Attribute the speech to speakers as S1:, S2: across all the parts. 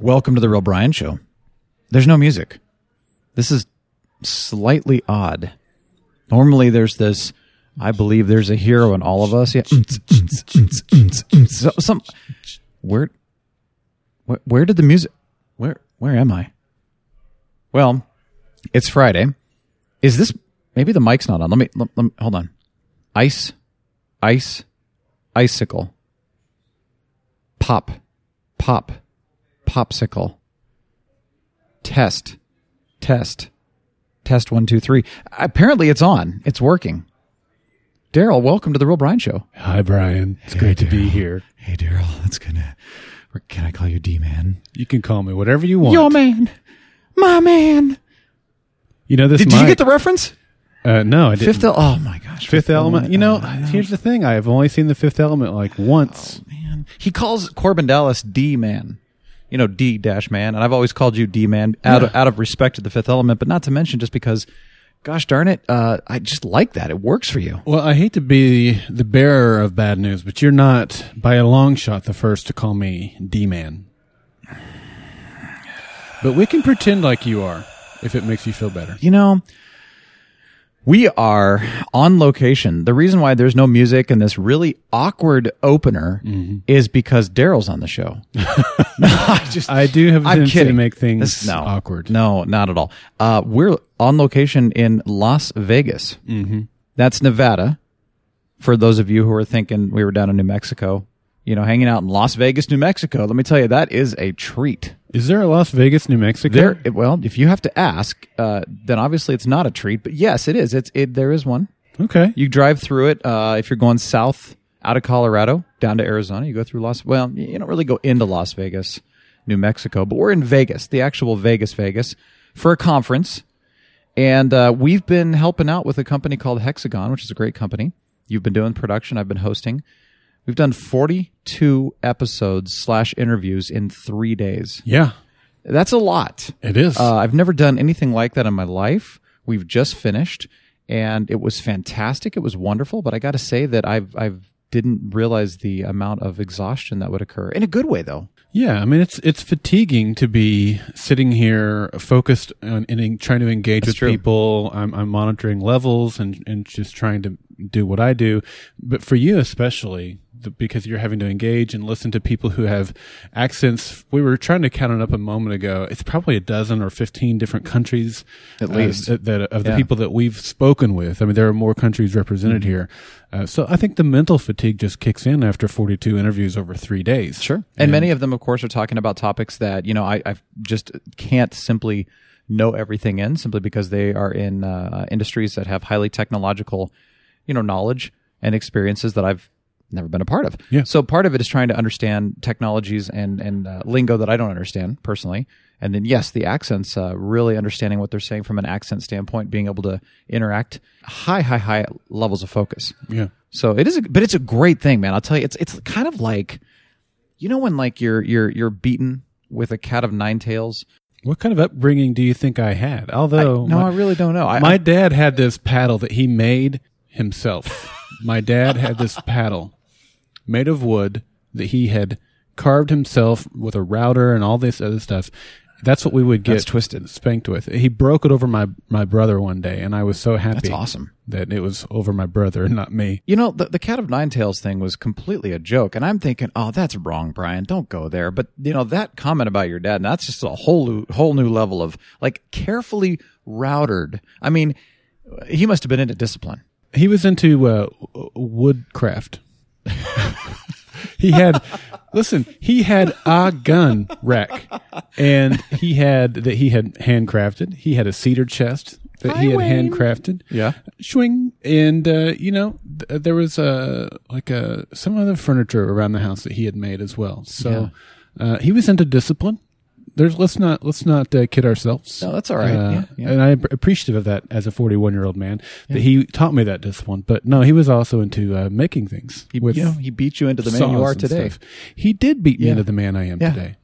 S1: Welcome to the Real Brian Show. There's no music. This is slightly odd. Normally, there's this. I believe there's a hero in all of us. Yeah. So, some where, where where did the music? Where where am I? Well, it's Friday. Is this maybe the mic's not on? Let me let, let me hold on. Ice, ice, icicle. Pop, pop, popsicle. Test, test, test. One two three. Apparently, it's on. It's working. Daryl, welcome to the Real Brian Show.
S2: Hi, Brian. It's great to be here.
S1: Hey, Daryl, that's gonna. or Can I call you D man?
S2: You can call me whatever you want.
S1: Your man, my man.
S2: You know this.
S1: Did,
S2: mic,
S1: did you get the reference?
S2: uh, no? I didn't.
S1: Fifth. El- oh my gosh.
S2: Fifth Element. You know,
S1: Oh,
S2: here's the thing. I've only seen the Fifth Element like once.
S1: man. He calls Corbin Dallas D man. You know, D dash man, and I've always called you D man out of, out of respect to the Fifth Element, but not to mention just because, gosh darn it, uh, I just like that. It works for you.
S2: Well, I hate to be the bearer of bad news, but you're not by a long shot the first to call me D-man. But we can pretend like you are if it makes you feel better.
S1: you know, we are on location. The reason why there's no music and this really awkward opener
S2: Mm-hmm.
S1: is because Daryl's on the show. no, I just,
S2: I do have a
S1: I'm
S2: tendency
S1: kidding.
S2: to make things
S1: This- no,
S2: awkward.
S1: No, not at all. Uh, we're on location in Las Vegas. Mm-hmm. That's Nevada. For those of you who are thinking we were down in New Mexico, you know, hanging out in Las Vegas, New Mexico. Let me tell you, that is a treat.
S2: Is there a Las Vegas, New Mexico?
S1: There, it- well, if you have to ask, uh, then obviously it's not a treat. But yes, it is. It's it. There is one.
S2: Okay.
S1: You drive through it uh, if you're going south out of Colorado down to Arizona. You go through Las. Well, y- you don't really go into Las Vegas, New Mexico, but we're in Vegas, the actual Vegas, Vegas, for a conference, and uh, we've been helping out with a company called Hexagon, which is a great company. You've been doing production. I've been hosting. We've done 42 episodes slash interviews in three days.
S2: yeah,
S1: That's a lot.
S2: it is.
S1: Uh, I've never done anything like that in my life. We've just finished, and it was fantastic. It was wonderful. But I got to say that I've I've didn't realize the amount of exhaustion that would occur in a good way, though.
S2: Yeah, I mean it's it's fatiguing to be sitting here focused on and en- trying to engage with
S1: true.
S2: people. I'm I'm monitoring levels and and just trying to do what I do, but for you especially the, because you're having to engage and listen to people who have accents. We were trying to count it up a moment ago. It's probably a dozen or 15 different countries
S1: At
S2: uh,
S1: least.
S2: that, that of the
S1: Yeah. Mm-hmm.
S2: people that we've spoken with. I mean there are more countries represented here. Uh, so I think the mental fatigue just kicks in after 42 interviews over 3 days.
S1: Sure. And many of them, of course, are talking about topics that, you know, I, I just can't simply know everything in simply because they are in uh, industries that have highly technological, you know, knowledge and experiences that I've never been a part of.
S2: Yeah.
S1: So part of it is trying to understand technologies and, and uh, lingo that I don't understand personally. And then, yes, the accents, uh, really understanding what they're saying from an accent standpoint, being able to interact, high, high, high levels of focus.
S2: Yeah.
S1: So it is, a, but it's a great thing, man. I'll tell you, it's it's kind of like, you know, when like you're you're you're beaten with a cat of nine tails.
S2: What kind of upbringing do you think I had? Although
S1: no,
S2: my,
S1: I really don't know. I,
S2: my dad had this paddle that he made himself. my dad had this paddle made of wood that he had carved himself with a router and all this other stuff. That's what we would get
S1: That's twisted.
S2: spanked with. He broke it over my my brother one day, and I was so happy.
S1: That's awesome.
S2: that it was over my brother and not me.
S1: you know, the the cat of nine tails thing was completely a joke, and I'm thinking, oh, that's wrong, Brian. Don't go there. But you know, that comment about your dad, and that's just a whole new, whole new level of like carefully routed. I mean, he must have been into discipline.
S2: He was into uh, w- woodcraft. he had, listen, he had a gun rack, and he had that he had handcrafted. He had a cedar chest that he had
S1: Hi, Wayne.
S2: handcrafted.
S1: Yeah.
S2: swing, and uh, you know th- there was uh, like uh, some other furniture around the house that he had made as well. So uh, he was into discipline. There's let's not let's not uh, kid ourselves.
S1: No, that's all right.
S2: Uh,
S1: Yeah, yeah.
S2: and I'm appreciative of that as a 41 year old man that he taught me that discipline. But no, he was also into uh, making things
S1: He,
S2: with
S1: you know, he beat you into the man
S2: saws
S1: you are
S2: and
S1: today.
S2: stuff. He did beat me
S1: Yeah.
S2: into the man I am
S1: Yeah.
S2: today.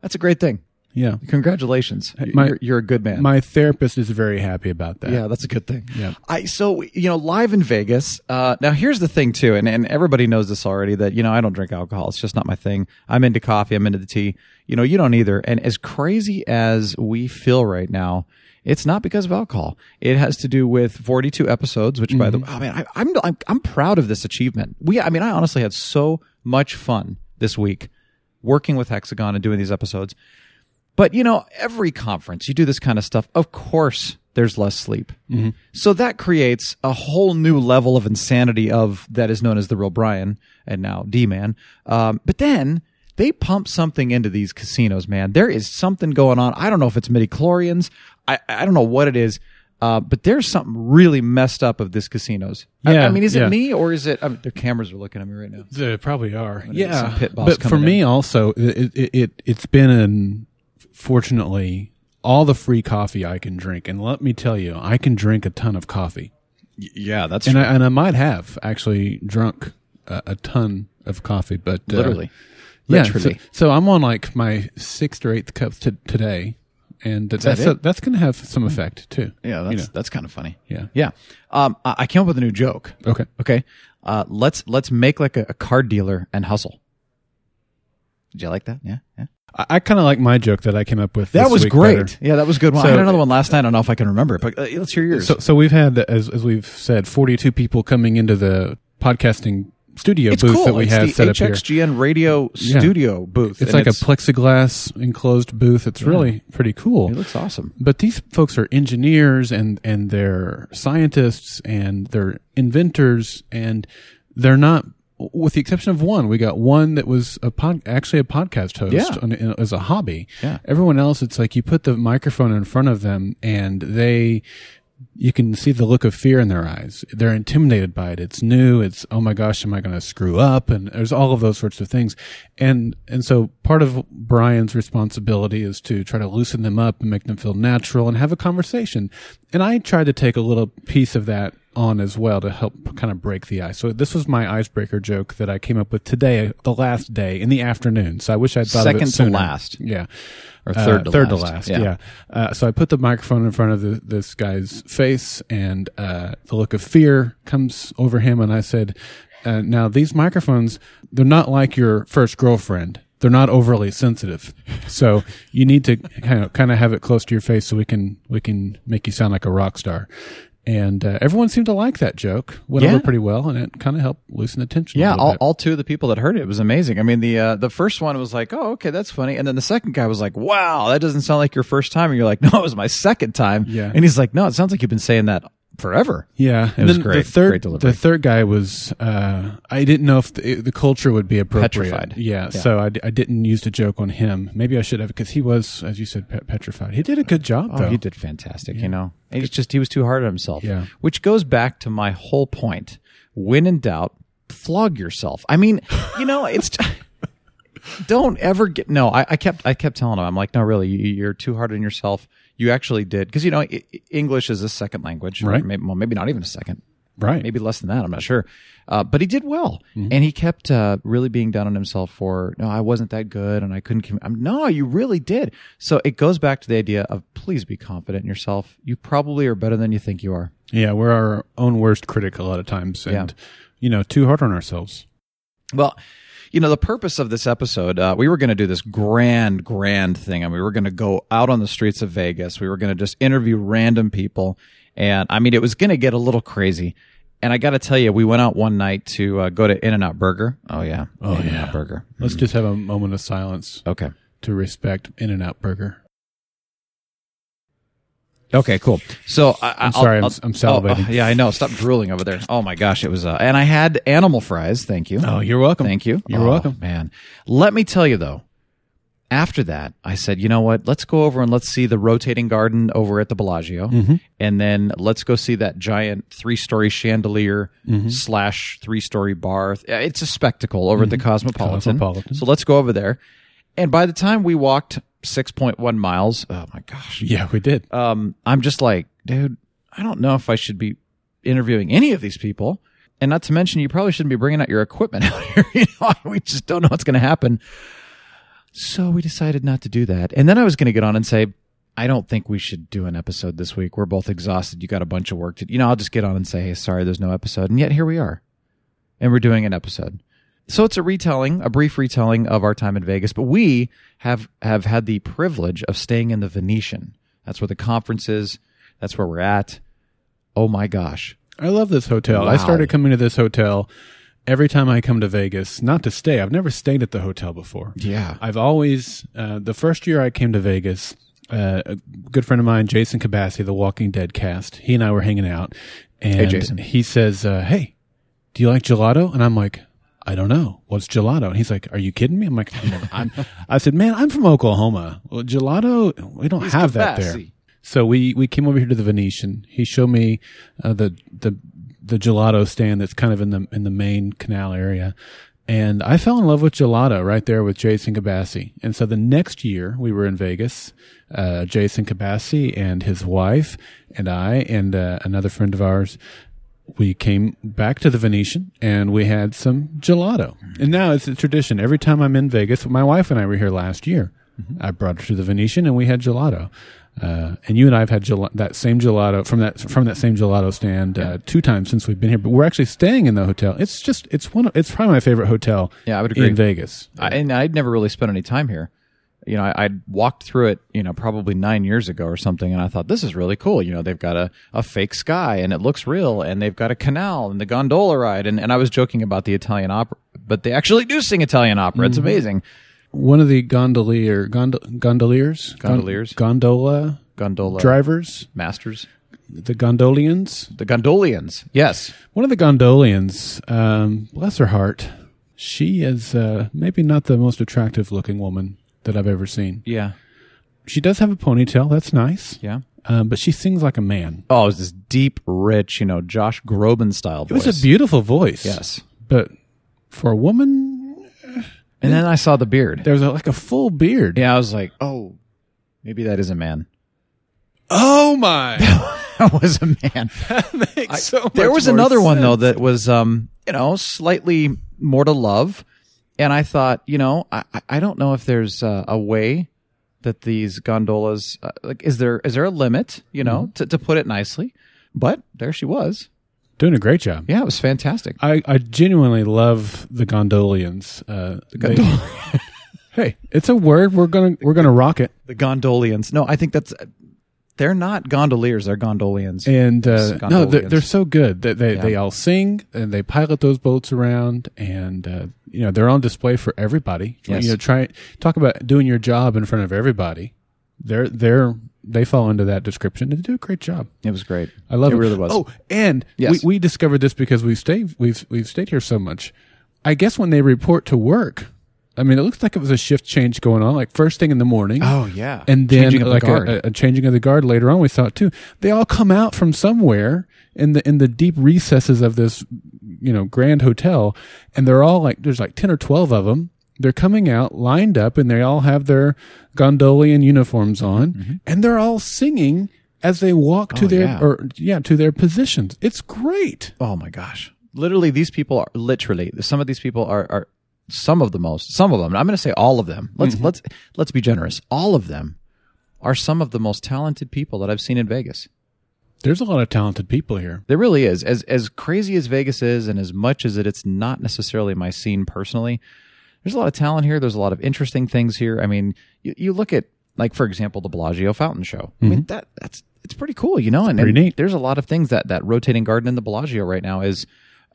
S1: That's a great thing.
S2: Yeah.
S1: Congratulations.
S2: my-
S1: you're, you're a good man.
S2: My therapist is very happy about that.
S1: yeah, that's a good thing.
S2: Yeah.
S1: I so you know live in Vegas. Uh, now here's the thing too, and and everybody knows this already that you know I don't drink alcohol. It's just not my thing. I'm into coffee. I'm into the tea. You know you don't either. And as crazy as we feel right now, it's not because of alcohol. It has to do with 42 episodes. Which by the
S2: Mm-hmm.
S1: way, oh man, I, I'm, I'm I'm proud of this achievement. We I mean I honestly had so much fun this week working with Hexagon and doing these episodes. But you know, every conference you do this kind of stuff, of course there's less sleep.
S2: Mm-hmm.
S1: So that creates a whole new level of insanity of that is known as the real Brian and now D Man. Um, but then they pump something into these casinos, man. There is something going on. I don't know if it's midichlorians. I, I don't know what it is. Uh, but there's something really messed up of this casinos. I- I,
S2: Yeah,
S1: mean, is it
S2: yeah.
S1: me or is it? I mean, their cameras are looking at me right now.
S2: They probably are.
S1: get some pit boss
S2: but for
S1: coming
S2: me also, it, it it it's been an fortunately all the free coffee I can drink, and let me tell you, I can drink a ton of coffee,
S1: Yeah, that's
S2: and I and I might have actually drunk a, a ton of coffee, but uh,
S1: literally.
S2: yeah. So,
S1: literally.
S2: so I'm on like my sixth or eighth cup t- today, and that's
S1: that
S2: a- that's going to have some effect too.
S1: Yeah, that's
S2: you know.
S1: that's kind of funny.
S2: Yeah.
S1: yeah. Um, I, I came up with a new joke.
S2: Okay.
S1: Okay, uh, let's let's make like a, a card dealer and hustle. Did you like that? Yeah, yeah.
S2: I, I kind of like my joke that I came up with.
S1: That
S2: this
S1: was
S2: week
S1: great.
S2: better.
S1: Yeah, that was a good one. I
S2: So-
S1: had another one last night. I don't know if I can remember, it, but uh, let's hear yours.
S2: So, so we've had, as as we've said, forty two people coming into the podcasting studio
S1: it's
S2: booth
S1: cool.
S2: that we
S1: it's
S2: have
S1: the
S2: set up here.
S1: HXGN Radio
S2: Yeah.
S1: Studio booth. and
S2: It's like a plexiglass enclosed booth. It's really pretty
S1: it
S2: cool.
S1: looks awesome.
S2: But these folks are engineers and and they're scientists and they're inventors and they're not. With the exception of one, we got one that was a pod, actually a podcast host
S1: Yeah.
S2: on, in, as a hobby.
S1: Yeah.
S2: Everyone else, it's like you put the microphone in front of them and they you can see the look of fear in their eyes. They're intimidated by it. It's new. It's oh my gosh, am I going to screw up? And there's all of those sorts of things. And and so part of Brian's responsibility is to try to loosen them up and make them feel natural and have a conversation. And I tried to take a little piece of that on as well to help kind of break the ice. So this was my icebreaker joke that I came up with today, the last day in the afternoon. So I wish I'd thought of
S1: Second
S2: it
S1: to
S2: sooner.
S1: last.
S2: Yeah.
S1: Or third to
S2: third
S1: last.
S2: to last.
S1: Yeah.
S2: Yeah. Uh, so I put the microphone in front of the, this guy's face, and uh, the look of fear comes over him. And I said, uh, "Now these microphones, they're not like your first girlfriend. They're not overly sensitive. So you need to kind of, kind of have it close to your face so we can we can make you sound like a rock star." And uh, everyone seemed to like that joke. Went
S1: Yeah.
S2: over pretty well, and it kind of helped loosen the tension. a
S1: Yeah,
S2: little
S1: all,
S2: bit.
S1: all two of the people that heard it was amazing. I mean, the uh, the first one was like, "Oh, okay, that's funny," and then the second guy was like, "Wow, that doesn't sound like your first time." And you're like, "No, it was my second time."
S2: Yeah.
S1: and he's like, "No, it sounds like you've been saying that forever."
S2: Yeah, and
S1: was
S2: then
S1: great.
S2: The third,
S1: Great delivery.
S2: The third guy was uh, I didn't know if the, the culture would be appropriate.
S1: Petrified.
S2: Yeah, so I, d- I didn't use the joke on him. Maybe I should have because he was, as you said, pe- petrified. He did a good job
S1: Oh,
S2: though.
S1: he did fantastic. You know, And he's just he was too hard on himself.
S2: Yeah.
S1: which goes back to my whole point: when in doubt, flog yourself. I mean, you know, it's. don't ever get no I, I kept i kept telling him i'm like no really you, you're too hard on yourself you actually did because you know I- I- english is a second language
S2: Right.
S1: maybe, well maybe not even a second
S2: Right.
S1: maybe less than that i'm not sure uh, but he did well and he kept uh, really being down on himself for no i wasn't that good and i couldn't com- I'm, no you really did so it goes back to the idea of please be confident in yourself you probably are better than you think you are
S2: Yeah, we're our own worst critic a lot of times, and
S1: Yeah.
S2: you know, too hard on ourselves.
S1: Well, you know, the purpose of this episode, uh, we were going to do this grand, grand thing. I mean, we were going to go out on the streets of Vegas. We were going to just interview random people. And I mean, it was going to get a little crazy. And I got to tell you, we went out one night to uh, go to In N Out Burger. Oh, yeah.
S2: Oh,
S1: In-N-Out
S2: yeah.
S1: Burger.
S2: Let's just have a moment of silence
S1: Okay.
S2: to respect In and Out Burger.
S1: Okay, cool. So I,
S2: I'm
S1: I'll-
S2: sorry, I'm
S1: I'll-
S2: s- I'm salivating.
S1: oh, yeah, I know. Stop drooling over there. Oh, my gosh. It was, uh, and I had animal fries. Thank you.
S2: Oh, you're welcome.
S1: Thank you.
S2: You're
S1: Oh,
S2: welcome.
S1: Man. Let me tell you though, after that, I said, you know what? Let's go over and let's see the rotating garden over at the Bellagio.
S2: Mm-hmm.
S1: And then let's go see that giant three story chandelier
S2: Mm-hmm.
S1: slash three story bar. It's a spectacle over at the Cosmopolitan.
S2: Mm-hmm. Cosmopolitan.
S1: So let's go over there. And by the time we walked 6.1 miles, oh my gosh,
S2: Yeah, we did.
S1: um, I'm just like, dude, I don't know if I should be interviewing any of these people. And not to mention, you probably shouldn't be bringing out your equipment out here. you know, we just don't know what's going to happen. So we decided not to do that. And then I was going to get on and say, I don't think we should do an episode this week. We're both exhausted. You got a bunch of work to You know, I'll just get on and say, hey, sorry, there's no episode. And yet here we are. And we're doing an episode. So it's a retelling, a brief retelling of our time in Vegas, but we have have had the privilege of staying in the Venetian. That's where the conference is. That's where we're at. Oh my gosh.
S2: I love this hotel. I
S1: Wow.
S2: started coming to this hotel every time I come to Vegas, not to stay. I've never stayed at the hotel before.
S1: Yeah.
S2: I've always, uh, the first year I came to Vegas, uh, a good friend of mine, Jason Cabassi, the Walking Dead cast, he and I were hanging out. And
S1: Jason.
S2: he says, uh, Hey, do you like gelato? And I'm like, I don't know. What's gelato? And he's like, Are you kidding me? I'm like, I'm, I'm, I said, Man, I'm from Oklahoma. Well, gelato, we don't have that there. So we we came over here to the Venetian. He showed me uh, the the the gelato stand that's kind of in the in the main canal area. And I fell in love with gelato right there with Jason Cabassi. And so the next year we were in Vegas, uh, Jason Cabassi and his wife and I and uh, another friend of ours, we came back to the Venetian and we had some gelato. And now it's a tradition. Every time I'm in Vegas, my wife and I were here last year.
S1: Mm-hmm.
S2: I brought her to the Venetian and we had gelato. Uh, and you and I have had gel- that same gelato from that from that same gelato stand uh, two times since we've been here. But we're actually staying in the hotel. It's just it's one. Of, it's probably my favorite hotel.
S1: Yeah, I would agree.
S2: In Vegas,
S1: I, and I'd never really spent any time here. You know, I, I'd walked through it, you know, probably nine years ago or something, and I thought this is really cool. You know, they've got a, a fake sky and it looks real, and they've got a canal and the gondola ride, and, and I was joking about the Italian opera, but they actually do sing Italian opera.
S2: Mm-hmm.
S1: It's amazing.
S2: one of the gondolier gondol- gondoliers Gon-
S1: Gondoliers.
S2: gondola
S1: Gondola
S2: drivers
S1: masters,
S2: the gondolians
S1: the gondolians. Yes,
S2: One of the Gondolians, um, bless her heart, she is uh, maybe not the most attractive looking woman that I've ever seen.
S1: yeah,
S2: She does have a ponytail, that's nice,
S1: yeah.
S2: um, but she sings like a man.
S1: Oh, it was this deep, rich, you know, Josh Groban style
S2: It
S1: voice.
S2: was a beautiful voice.
S1: yes.
S2: But for a woman,
S1: And then I saw the beard.
S2: there's a, like a full beard.
S1: Yeah, I was like, oh, maybe that is a man.
S2: Oh my!
S1: That was a man.
S2: That makes so
S1: there
S2: much
S1: was
S2: more
S1: another one
S2: sense.
S1: though that was um you know slightly more to love and i thought you know i I- i don't know if there's uh, a way that these gondolas uh, like is there is there a limit you know to, to put it nicely but there she was
S2: Doing a great job.
S1: yeah it was fantastic
S2: I, I genuinely love the Gondolians. Uh, they- hey, it's a word. We're gonna we're gonna rock it.
S1: the gondolians no i think that's they're not gondoliers they're gondolians
S2: and uh,
S1: Scott
S2: no, they're,
S1: Dolgans.
S2: they're so good that they, they all sing and they pilot those boats around, and uh, you know they're on display for everybody.
S1: Yes.
S2: You know, try talk about doing your job in front of everybody. They're they're they fall into that description. They do a great job.
S1: it was great
S2: I love
S1: it
S2: it.
S1: really was
S2: Oh, and
S1: Yes.
S2: we, we discovered this because we stayed we've we've stayed here so much. I guess when they report to work, I mean it looks like it was a shift change going on, like first thing in the morning
S1: oh yeah
S2: and then
S1: Changing of the
S2: like
S1: guard.
S2: a, a changing of the guard later on we saw it too they all come out from somewhere in the in the deep recesses of this you know grand hotel and they're all like there's like 10 or 12 of them they're coming out lined up and they all have their gondolian uniforms on and they're all singing as they walk
S1: Mm-hmm.
S2: to
S1: Oh,
S2: their
S1: yeah.
S2: or yeah to their positions it's great
S1: Oh my gosh. Literally, these people are literally some of these people are, are some of the most, some of them. I'm going to say all of them. Let's,
S2: Mm-hmm.
S1: let's, let's be generous. All of them are some of the most talented people that I've seen in Vegas.
S2: there's a lot of talented people here
S1: There really is. As, as crazy as Vegas is and as much as it, it's not necessarily my scene personally, there's a lot of talent here. There's a lot of interesting things here. I mean, you, you look at like, for example, the Bellagio fountain show. I mean, that, that's, it's pretty cool, you know, and,
S2: Mm-hmm. pretty
S1: and
S2: neat.
S1: there's a lot of things that that rotating garden in the Bellagio right now is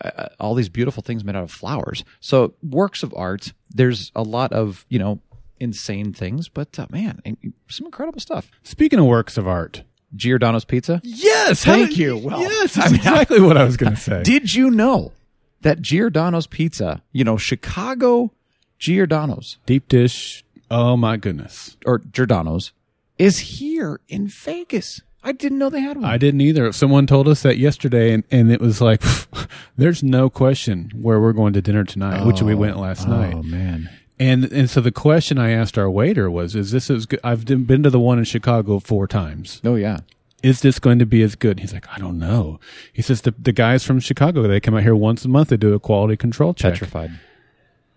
S1: uh, all these beautiful things made out of flowers. So works of art. There's a lot of you know insane things, but uh, man, and- some incredible stuff.
S2: speaking of works of art
S1: Giordano's Pizza.
S2: yes
S1: Thank you. Well,
S2: yes that's exactly what i was going to say
S1: Did you know that Giordano's Pizza, you know, Chicago Giordano's
S2: deep dish oh my goodness
S1: or Giordano's, is here in Vegas? I didn't know they had one.
S2: I didn't either. Someone told us that yesterday, and, and it was like, there's no question where we're going to dinner tonight, which we went last night.
S1: Oh, man.
S2: And and so the question I asked our waiter was, is this as good? I've been to the one in Chicago four times.
S1: Oh yeah.
S2: Is this going to be as good? He's like, I don't know. He says the the guys from Chicago, they come out here once a month, they do a quality control check.
S1: Petrified.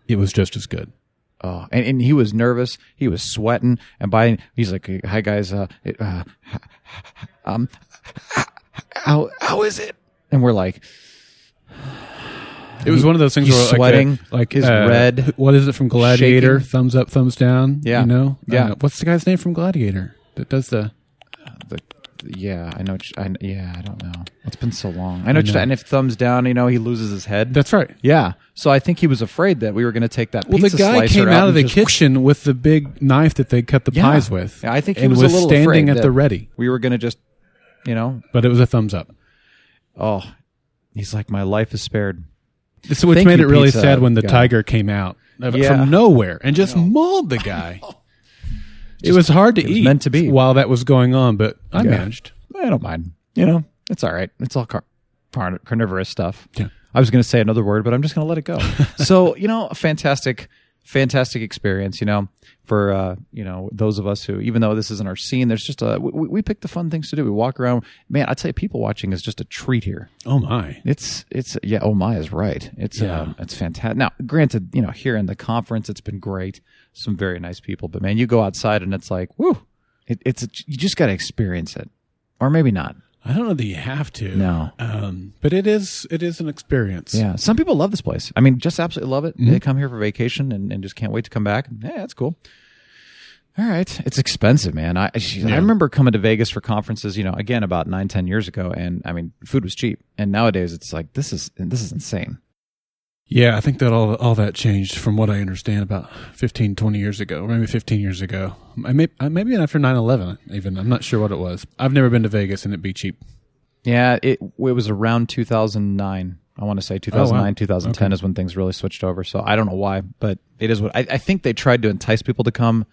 S2: It was just as good.
S1: oh, and, and he was nervous. He was sweating. And by he's like, "Hi guys, uh, it, uh um, how how is it?" And we're like,
S2: It was one of those things
S1: he's
S2: where like,
S1: sweating,
S2: uh, like
S1: is
S2: uh,
S1: red,
S2: What is it from Gladiator?
S1: shaking.
S2: Thumbs up, thumbs down.
S1: Yeah.
S2: you know.
S1: Yeah.
S2: Uh, what's the guy's name from Gladiator that does the?
S1: the, "Yeah, I know. what you- I yeah, I don't know. It's been so long. I know." what you're- And if thumbs down, you know, he loses his head.
S2: That's right.
S1: yeah. So I think he was afraid that we were going to take that.
S2: Well,
S1: pizza
S2: the guy
S1: slicer
S2: came out of
S1: and
S2: the
S1: just-
S2: kitchen with the big knife that they cut the
S1: Yeah.
S2: pies with.
S1: Yeah, I think he
S2: and
S1: was a little
S2: standing
S1: afraid
S2: at
S1: that-
S2: the ready,
S1: We were going to just, you know,
S2: but it was a thumbs up.
S1: oh, he's like, my life is spared.
S2: So which
S1: Thank
S2: made
S1: you,
S2: it really
S1: pizza
S2: sad when the
S1: guy.
S2: tiger came out of-
S1: Yeah.
S2: from nowhere and just mauled the guy. it was hard to
S1: was
S2: eat
S1: meant to be.
S2: while that was going on, but I
S1: Yeah.
S2: managed.
S1: I don't mind. You know, it's all right. It's all car- car- carnivorous stuff.
S2: Yeah.
S1: I was going to say another word, but I'm just going to let it go. so, you know, a fantastic, fantastic experience, you know, for, uh, you know, those of us who, even though this isn't our scene, there's just a, we, we pick the fun things to do. We walk around. Man, I tell you, people watching is just a treat here.
S2: Oh my!
S1: It's it's yeah. Oh my, is right. It's
S2: Yeah.
S1: um, it's fantastic. Now, granted, you know, here in the conference, it's been great. Some very nice people, but man, you go outside and it's like, woo! It, it's a, you just got to experience it, or maybe not.
S2: I don't know that you have to.
S1: No.
S2: um, but it is it is an experience.
S1: Yeah, some people love this place. I mean, just absolutely love it. They come here for vacation and, and just can't wait to come back. Yeah, that's cool. All right, it's expensive, man. I I remember coming to Vegas for conferences. You know, again about nine ten years ago, and I mean, food was cheap, and nowadays it's like this is this is insane.
S2: Yeah, I think that all all that changed from what I understand about 15, 20 years ago, or maybe 15 years ago. I may, I- maybe after 9-11 even. I'm not sure what it was. I've never been to Vegas and it'd be cheap.
S1: Yeah, it it was around 2009. I want to say 2009,
S2: Oh, wow.
S1: 2010 is when things really switched over. So I don't know why, but it is what I, I think they tried to entice people to come,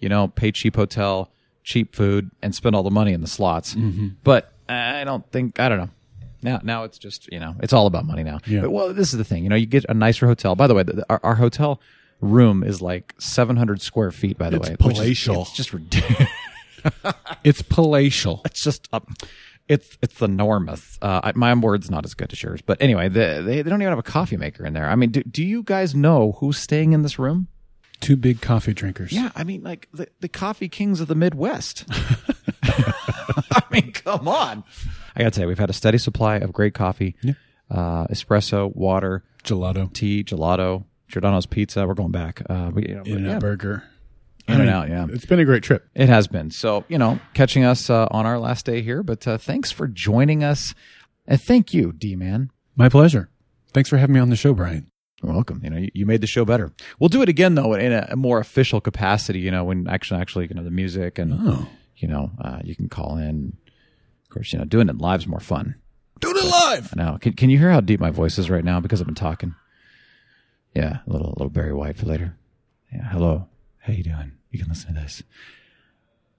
S1: you know, pay cheap hotel, cheap food, and spend all the money in the slots.
S2: Mm-hmm.
S1: But I don't think I don't know. Now, now it's just you know, it's all about money now.
S2: Yeah.
S1: But, well, this is the thing. You know, you get a nicer hotel. By the way, the, the- our, our hotel room is like 700 square feet. By the
S2: It's
S1: way,
S2: palatial.
S1: Which is, it's just ridiculous
S2: It's palatial.
S1: it's just up. It's it's enormous. Uh, I, my word's not as good as yours, but anyway, the, they they don't even have a coffee maker in there. I mean, do do you guys know who's staying in this room?
S2: Two big coffee drinkers.
S1: Yeah, I mean, like the, the coffee kings of the Midwest. I mean, come on. I gotta say, we've had a steady supply of great coffee, uh, espresso, water,
S2: Gelato.
S1: tea, gelato, Giordano's pizza. We're going back. Uh, we, you know,
S2: In
S1: yeah,
S2: a burger.
S1: in and out. Yeah,
S2: It's been a great trip.
S1: It has been. So, you know, catching us uh, on our last day here, but uh, thanks for joining us. And thank you, D Man.
S2: My pleasure. Thanks for having me on the show, Brian.
S1: You're welcome. You know, you, you made the show better. We'll do it again, though, in a, a more official capacity, you know, when actually, actually, you know, the music and,
S2: Oh.
S1: you know, uh, you can call in. Of course, you know, doing it live's more fun.
S2: Doing it live.
S1: I know. Can, can you hear how deep my voice is right now because I've been talking? Yeah, a little, a little Barry White for later. Yeah, hello. How you doing? You can listen to this.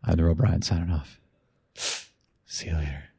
S1: I'm the real Brian signing off. See you later.